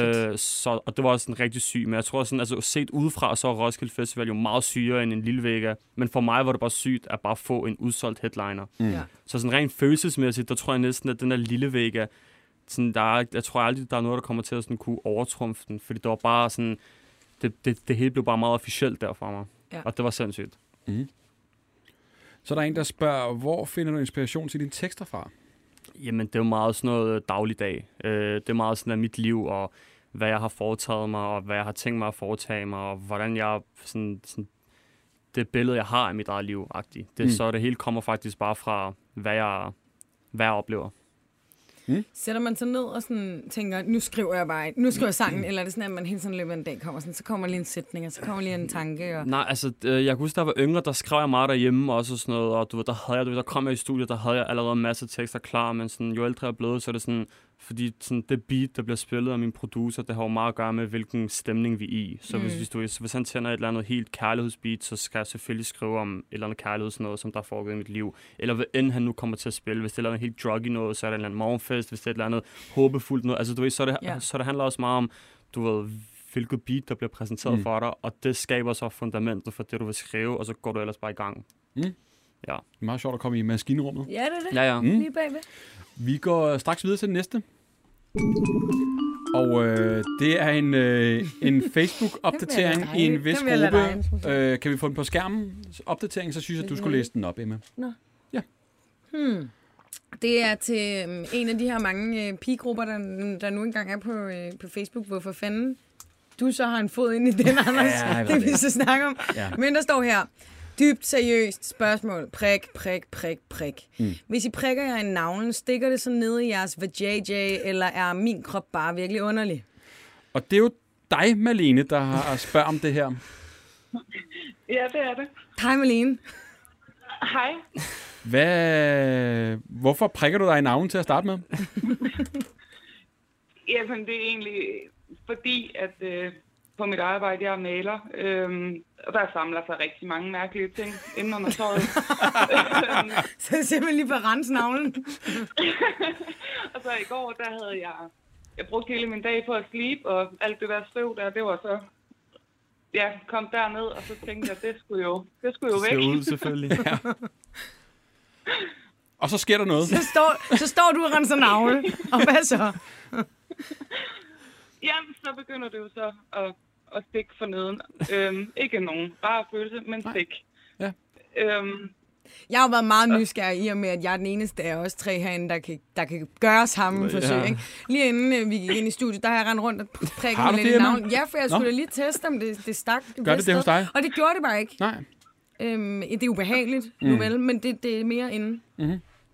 S3: Øh, så, og det var sådan rigtig syg, men jeg tror sådan, altså set udefra, så er Roskilde Festival jo meget sygere end en lille Vega, men for mig var det bare sygt at bare få en udsolgt headliner.
S1: Mm.
S2: Ja.
S3: Så sådan rent følelsesmæssigt, der tror jeg næsten, at den der lille Vega, sådan, der er, jeg tror aldrig, der er noget, der kommer til at sådan kunne overtrumfe den, fordi det var bare sådan, det, det, det hele blev bare meget officielt der for mig.
S2: Ja.
S3: Og det var sindssygt.
S1: Så er der en, der spørger, hvor finder du inspiration til dine tekster fra?
S3: Jamen, det er jo meget sådan noget øh, dagligdag. Øh, det er meget sådan af mit liv, og hvad jeg har foretaget mig, og hvad jeg har tænkt mig at foretage mig, og hvordan jeg sådan, sådan det billede, jeg har af mit eget liv, -agtigt. Det,
S1: Mm.
S3: mm. Så det hele kommer faktisk bare fra, hvad jeg, hvad jeg oplever.
S2: Sætter man sig ned og sådan tænker, nu skriver jeg bare, nu skriver jeg sangen, eller er det sådan, at man hele tiden løber en dag kommer sådan, så kommer lige en sætning, og så kommer lige en tanke, og
S3: Nej, altså, øh, jeg kan huske, da jeg var yngre, der skrev jeg meget derhjemme også og sådan noget, og du ved, der havde jeg, du ved, der kom jeg i studiet, der havde jeg allerede en masse tekster klar, men sådan, jo ældre jeg er blevet, så er det sådan, fordi sådan, det beat, der bliver spillet af min producer, det har jo meget at gøre med, hvilken stemning vi er i. Så mm. hvis, hvis, du, hvis han tænder et eller andet helt kærlighedsbeat, så skal jeg selvfølgelig skrive om et eller andet kærlighed, sådan noget, som der er foregået i mit liv. Eller hvad end han nu kommer til at spille. Hvis det er et eller andet helt druggy noget, så er der en eller anden morgenfest. Hvis det er et eller andet håbefuldt noget. Altså, du ved, så, er det,
S2: Ja.
S3: så det handler også meget om, du ved, hvilket beat, der bliver præsenteret
S1: Mm.
S3: mm. for dig, og det skaber så fundamentet for det, du vil skrive, og så går du ellers bare i gang.
S1: Det er meget sjovt at komme i maskinrummet.
S8: Ja, det er det.
S3: Ja, ja.
S1: Mm.
S8: Lige bagved.
S1: Vi går øh, straks videre til den næste. Og øh, det er en, øh, en
S2: Den
S1: Facebook-opdatering i
S2: vil jeg lade
S1: en
S2: dig-
S1: vis
S2: den vil jeg lade dig
S1: gruppe. Øh, kan vi få den på skærmen? Opdatering, så synes jeg, du skulle læse den op, Emma.
S2: Det er til øhm, en af de her mange øh, pigegrupper, der, der nu engang er på, øh, på Facebook. Hvorfor fanden du så har en fod ind i den, Anders?
S1: jeg ved
S2: det
S1: det.
S2: vi så snakke om.
S1: Ja.
S2: Men der står her, dybt seriøst spørgsmål. Prik, prik, prik, prik. Mm. Hvis I prikker jer i navlen, stikker det så nede i jeres vajayjay, eller er min krop bare virkelig underlig?
S1: Og det er jo dig, Malene, der har spørger om det her.
S6: Ja, det er det.
S2: Hej, Malene.
S6: Hej.
S1: Hvad, hvorfor prikker du dig i navnet til at starte med?
S6: Jamen, det er egentlig fordi, at øh, på mit arbejde, jeg er maler, øh, og der samler sig rigtig mange mærkelige ting inden under tøjet.
S2: Så jeg simpelthen lige på rens navlen.
S6: og så i går, der havde jeg, jeg brugt hele min dag på at slibe, og alt det der støv der, det var så, ja, kom derned, og så tænkte jeg, det skulle jo, det skulle jo
S9: Skal
S6: væk.
S9: ud, selvfølgelig. ja.
S1: Og så sker der noget.
S2: Så står, så står du og renser navle. Og hvad så?
S6: Jamen, så begynder det jo så at, at stikke for neden. Øhm, ikke nogen bare følelse, men stik.
S1: Ja.
S6: Øhm,
S2: Jeg har jo været meget nysgerrig i og med, at jeg er den eneste af os tre herinde, der kan, der kan gøre samme ja. forsøg. Ikke? Lige inden øh, vi gik ind i studiet, der har jeg rendt rundt og prikket
S1: Har
S2: med
S1: du
S2: lidt
S1: det,
S2: i
S1: Emma?
S2: navn. Ja, for jeg
S1: Nå.
S2: skulle da lige teste, om det, det stak.
S1: Gør det
S2: vist
S1: det hos
S2: sted.
S1: dig?
S2: Og det gjorde det bare ikke.
S1: Nej.
S2: Øhm, det er ubehageligt, mm. nu vel, men det, det er mere inden.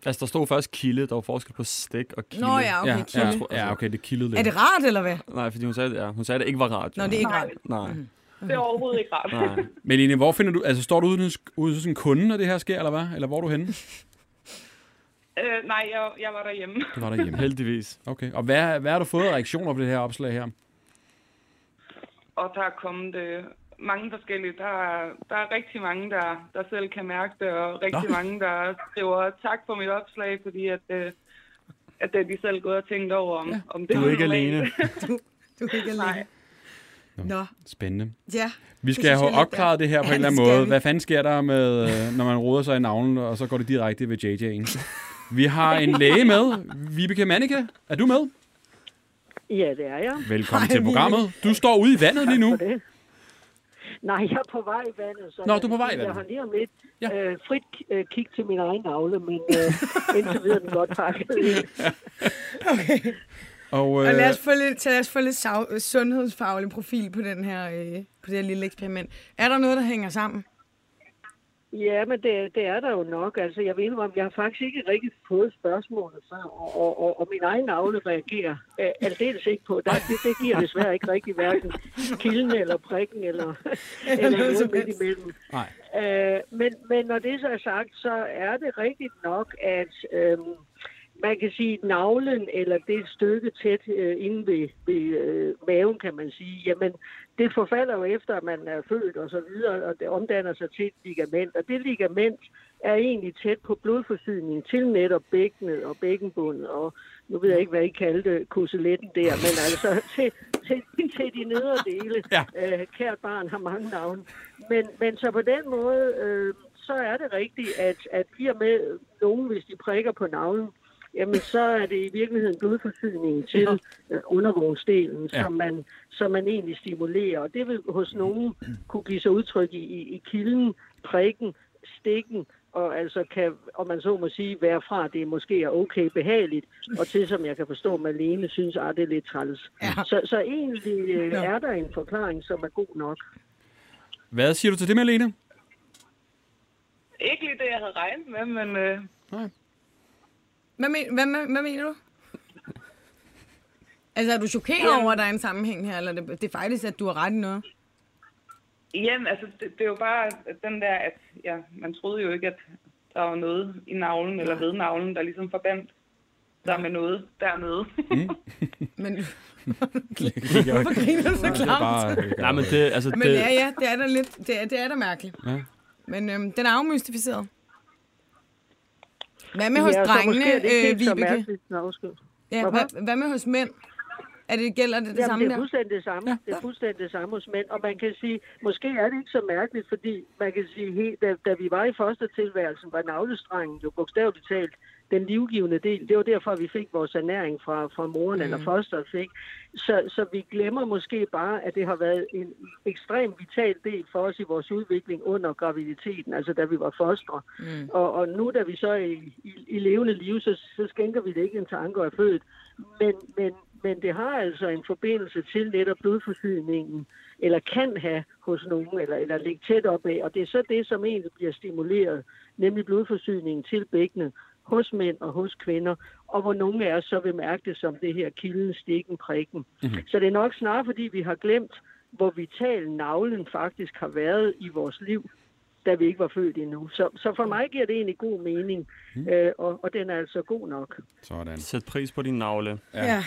S3: Altså, der stod faktisk kilde, der var forskel på stik og kilde.
S2: Nå ja, okay,
S1: ja,
S2: ja,
S1: ja,
S2: kilde.
S1: ja, okay, det kildede lidt.
S2: Er det rart, eller hvad?
S3: Nej, fordi hun sagde, ja, hun sagde, at det ikke var rart.
S2: Nå,
S3: jo.
S2: det Mhm. er ikke rart.
S3: Nej,
S6: det er overhovedet ikke rart.
S3: nej.
S1: Malene, hvor finder du, altså står du ude, hos- ude hos en kunde, når det her sker, eller hvad? Eller hvor er du henne?
S6: Øh, nej, jeg, jeg var derhjemme.
S1: Det var derhjemme.
S3: Heldigvis.
S1: Okay, og hvad, hvad har du fået af reaktioner på det her opslag her?
S6: og der er kommet øh, mange forskellige. Der er, der er rigtig mange, der, der selv kan mærke det, og rigtig
S1: Nå.
S6: Nå. mange, der skriver tak for mit opslag, fordi at, øh, at det er de selv gået og tænkt over, om, ja. om det
S3: Du er
S6: var
S3: ikke
S6: normalt.
S3: alene.
S2: Du er ikke alene. Nå,
S1: Spændende.
S2: ja.
S1: Vi skal
S2: synes
S1: have
S2: jeg lidt,
S1: opklaret det her på
S2: Ja,
S1: en eller anden
S2: det skal
S1: måde.
S2: vi.
S1: Hvad fanden sker der, med, øh, når man roder sig i navlen, og så går det direkte ved JJ'en? Vi har en læge med. Vibeke Mannicke, er du med?
S10: Ja, det er jeg.
S1: Velkommen
S2: Hej,
S1: til programmet. Du står ude i vandet lige nu.
S10: For det. Nej, jeg er på vej i vandet. Så
S1: Nå,
S10: jeg-
S1: du er på vej i vandet.
S10: Jeg har lige om lidt
S1: Ja.
S10: ja. øh, frit øh, kig til min egen navle, men øh, indtil videre er den godt pakket. ind.
S1: Og, øh,
S2: Og lad os få lidt, så lad os få lidt sav, øh, sundhedsfaglig profil på, den her, øh, på det her lille eksperiment. Er der noget, der hænger sammen?
S10: Ja, men det, det er der jo nok. Altså, jeg vil indrømme, jeg har faktisk ikke rigtig fået spørgsmålet før, og, og, og, og min egen navle reagerer øh, aldeles ikke på. Der, det, det giver desværre ikke rigtig hverken kilden eller prikken eller, eller
S2: noget
S10: noget
S2: som
S10: midt
S2: helst.
S10: imellem.
S1: nej.
S10: Øh, men, men når det så er sagt, så er det rigtigt nok, at øhm, man kan sige, at navlen eller det stykke tæt øh, inde ved, ved øh, maven, kan man sige, jamen det forfalder jo efter, at man er født og så videre, og det omdanner sig til et ligament. Og det ligament er egentlig tæt på blodforsyningen til netop bækkenet og bækkenbundet, og nu ved jeg ikke, hvad I kaldte kusseletten der, men altså til, til, til de nedre dele.
S1: Ja.
S10: Øh, kært barn har mange navne. Men, men så på den måde, øh, så er det rigtigt, at, at i og med øh, nogen, hvis de prikker på navlen, jamen så er det i virkeligheden blodforsyningen til øh, undervognsdelen,
S1: Ja.
S10: som, man, som man egentlig stimulerer. Og det vil hos nogen kunne give sig udtryk i, i, i kilden, prikken, stikken, og altså kan, om man så må sige, være fra, at det måske er okay behageligt, og til, som jeg kan forstå, Malene synes, at det er lidt træls. Ja. Så, så egentlig øh,
S2: Ja.
S10: er der en forklaring, som er god nok.
S1: Hvad siger du til det, Malene?
S6: Ikke lige det, jeg havde regnet med, men øh,
S2: Hvad, men, hvad, hvad, hvad mener du? Altså, er du chokeret
S6: Jamen-
S2: over, at der er en sammenhæng her, eller det, det er faktisk, at du har ret i noget?
S6: jamen, altså, det, det er jo bare den der, at ja, man troede jo ikke, at der var noget i navlen eller ved navlen, der ligesom forbandt sig med noget dernede.
S2: Men hvorfor griner du så klamt?
S3: Nej, men det, altså,
S2: Men ja,
S3: det,
S2: ja, det er da lidt, det er, det er da mærkeligt.
S1: Ja.
S2: Men øhm, den er afmystificeret. Hvad med hos
S10: så
S2: drengene,
S10: måske er det ikke
S2: øh,
S10: helt så
S2: Vibeke?
S10: mærkeligt. Nå, undskyld.
S2: Ja,
S10: Hvorfor?
S2: hvad, hvad med hos mænd? Er det, gælder det det
S10: Jamen,
S2: samme
S10: det er
S2: der?
S10: fuldstændig det samme. Ja. Det er fuldstændig det samme hos mænd. Og man kan sige, måske er det ikke så mærkeligt, fordi man kan sige, hey, da, da vi var i første tilværelsen, var navlestrengen jo bogstaveligt talt den livgivende del. Det var derfor, vi fik vores ernæring fra, fra moren mm. eller fosteret fik. Så, så vi glemmer måske bare, at det har været en ekstrem vital del for os i vores udvikling under graviditeten, altså da vi var fostre. Mm. Og, og nu, da vi så er i, i, i levende liv, så, så skænker vi det ikke en tanke og er født. Men, men, men det har altså en forbindelse til netop blodforsyningen, eller kan have hos nogen, eller, eller ligge tæt op af. Og det er så det, som egentlig bliver stimuleret, nemlig blodforsyningen til bækkenet hos mænd og hos kvinder, og hvor nogle af os så vil mærke det som det her kilden, stikken, prikken. Mm-hmm. Så det er nok snarere, fordi vi har glemt, hvor vital navlen faktisk har været i vores liv, da vi ikke var født endnu. Så, så for mig giver det egentlig god mening, øh, og, og den er altså god nok.
S1: Sådan.
S3: Sæt pris på din navle.
S2: Ja.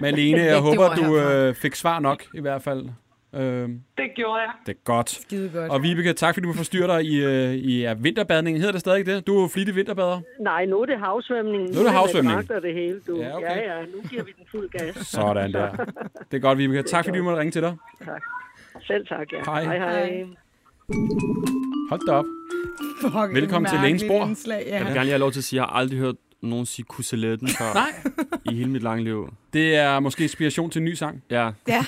S1: Malene, jeg
S2: Vigtigt
S1: håber,
S2: ord
S1: du
S2: herfra.
S1: øh, fik svar nok i hvert fald. Øh,
S4: Det gjorde jeg.
S1: det er godt.
S2: Skide godt.
S1: Og Vibeke, tak fordi du forstyrrer dig i, øh, i ja, vinterbadningen. Hedder det stadig det? Du er jo flittig vinterbader.
S10: Nej, nu er det havsvømning.
S1: Nu er det havsvømning.
S10: Nu er det hele, du.
S1: Ja, okay.
S10: ja, ja, nu giver vi den fuld gas.
S1: Sådan der. Det er godt, Vibeke. Tak fordi du måtte ringe til dig.
S10: Selv tak, ja.
S1: Hej.
S10: hej. hej.
S1: Hold da op.
S2: Fuck,
S1: Velkommen til
S2: mærkeligt
S1: Lægens Bord.
S2: indslag,
S3: Jeg vil
S2: Ja.
S3: gerne lige have lov til at sige, at jeg har aldrig hørt nogen sige kuseletten før
S1: Nej.
S3: i hele mit lange liv.
S1: Det er måske inspiration til en ny sang.
S3: Ja,
S2: ja.
S1: Jeg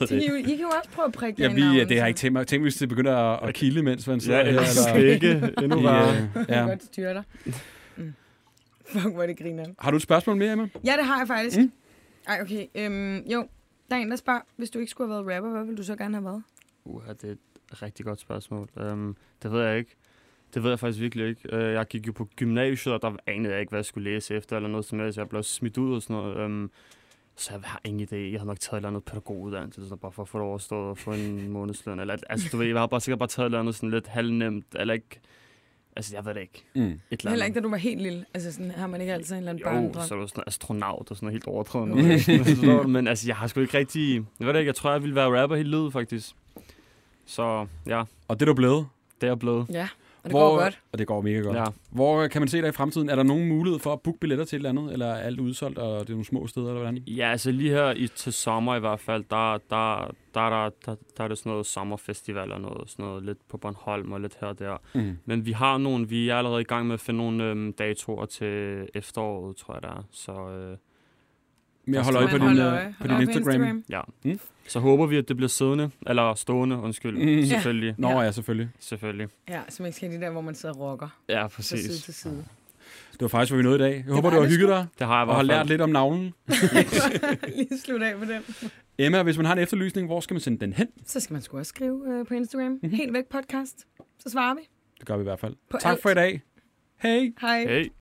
S1: ved
S2: I, I kan jo også prøve at prikke
S1: Ja,
S2: jer i
S1: vi, øh,
S2: navlen,
S1: det har
S2: så
S1: jeg ikke tænkt mig. Tænk, hvis det begynder at, at kilde, mens man sidder
S3: ja
S1: her.
S3: eller
S1: Eller,
S3: ikke. Endnu
S1: i,
S3: bare.
S1: øh,
S2: Jeg kan
S1: ja.
S2: godt styre dig. Mm. Fuck, hvor er det griner.
S1: Har du et spørgsmål mere, Emma?
S2: Ja, det har jeg faktisk. Mm. Ej, okay. Øhm, jo, der er en, der spørger, hvis du ikke skulle have været rapper, hvad ville du så gerne have været?
S3: Uha, det er et rigtig godt spørgsmål. Um, det ved jeg ikke. Det ved jeg faktisk virkelig ikke. Uh, jeg gik jo på gymnasiet, og der anede jeg ikke, hvad jeg skulle læse efter, eller noget som helst. Jeg blev smidt ud og sådan noget. Um, så jeg har ingen idé. Jeg har nok taget et eller andet pædagoguddannelse, sådan, noget, bare for at få det overstået og få en månedsløn. Eller, altså, du ved, jeg har bare sikkert bare taget et eller andet sådan lidt halvnemt, eller ikke... Altså, jeg ved det ikke.
S1: Mm.
S3: Et eller
S2: Heller
S3: andet.
S2: ikke, da du var helt lille. Altså, sådan, har man ikke altid en eller anden
S3: Jo,
S2: barndrøm?
S3: så er du sådan astronaut og sådan noget helt overdrevet. noget. Forstår du? Men altså, jeg har sgu ikke rigtig... Jeg ved det ikke, jeg tror, jeg ville være rapper hele livet, faktisk. Så ja,
S1: Og det er du blevet.
S3: det er jeg blevet.
S2: Ja, og det Hvor... går godt.
S1: Og det går mega godt. Ja.
S3: Ja.
S1: Hvor kan man se dig i fremtiden? Er der nogen mulighed for at booke billetter til et eller andet? Eller er alt udsolgt, og det er nogle små steder, eller hvordan?
S3: Ja, altså lige her i, til sommer i hvert fald, der, der, der, der, der, der er det sådan noget sommerfestival og noget, sådan noget lidt på Bornholm og lidt her og der.
S1: Mm.
S3: Men vi har nogle, vi er allerede i gang med at finde nogle øhm, datoer til efteråret, tror jeg der. Så, øh,
S1: Men jeg
S3: Der
S1: holder øje på
S2: Man
S1: din,
S2: holder
S1: øh,
S2: øje.
S1: på din
S2: Nå,
S1: Instagram.
S3: ja.
S1: Mm.
S3: Mm. så håber vi, at det bliver siddende, eller stående, undskyld,
S1: Mm. Ja.
S3: mm. selvfølgelig.
S1: Nå
S2: Ja.
S1: ja. selvfølgelig.
S3: Selvfølgelig.
S2: Ja, som ikke skal de der, hvor man sidder og rocker
S3: Ja,
S2: fra side
S3: præcis.
S2: til side.
S1: Det var faktisk, hvor vi nåede i dag. Jeg håber,
S2: var
S1: du har
S2: det
S1: hygget
S2: sgu.
S1: dig
S3: Det har jeg i
S1: og har
S3: hvert fald.
S1: lært lidt om navnen.
S2: Lige slut af på den.
S1: Emma, hvis man har en efterlysning, hvor skal man sende den hen?
S2: Så skal man sgu også skrive øh, på Instagram. Mm-hmm. Helt væk podcast. Så svarer vi.
S1: Det gør vi i hvert fald.
S2: På
S1: tak
S2: alt.
S1: for i dag. Hej.
S2: Hej.
S3: Hey.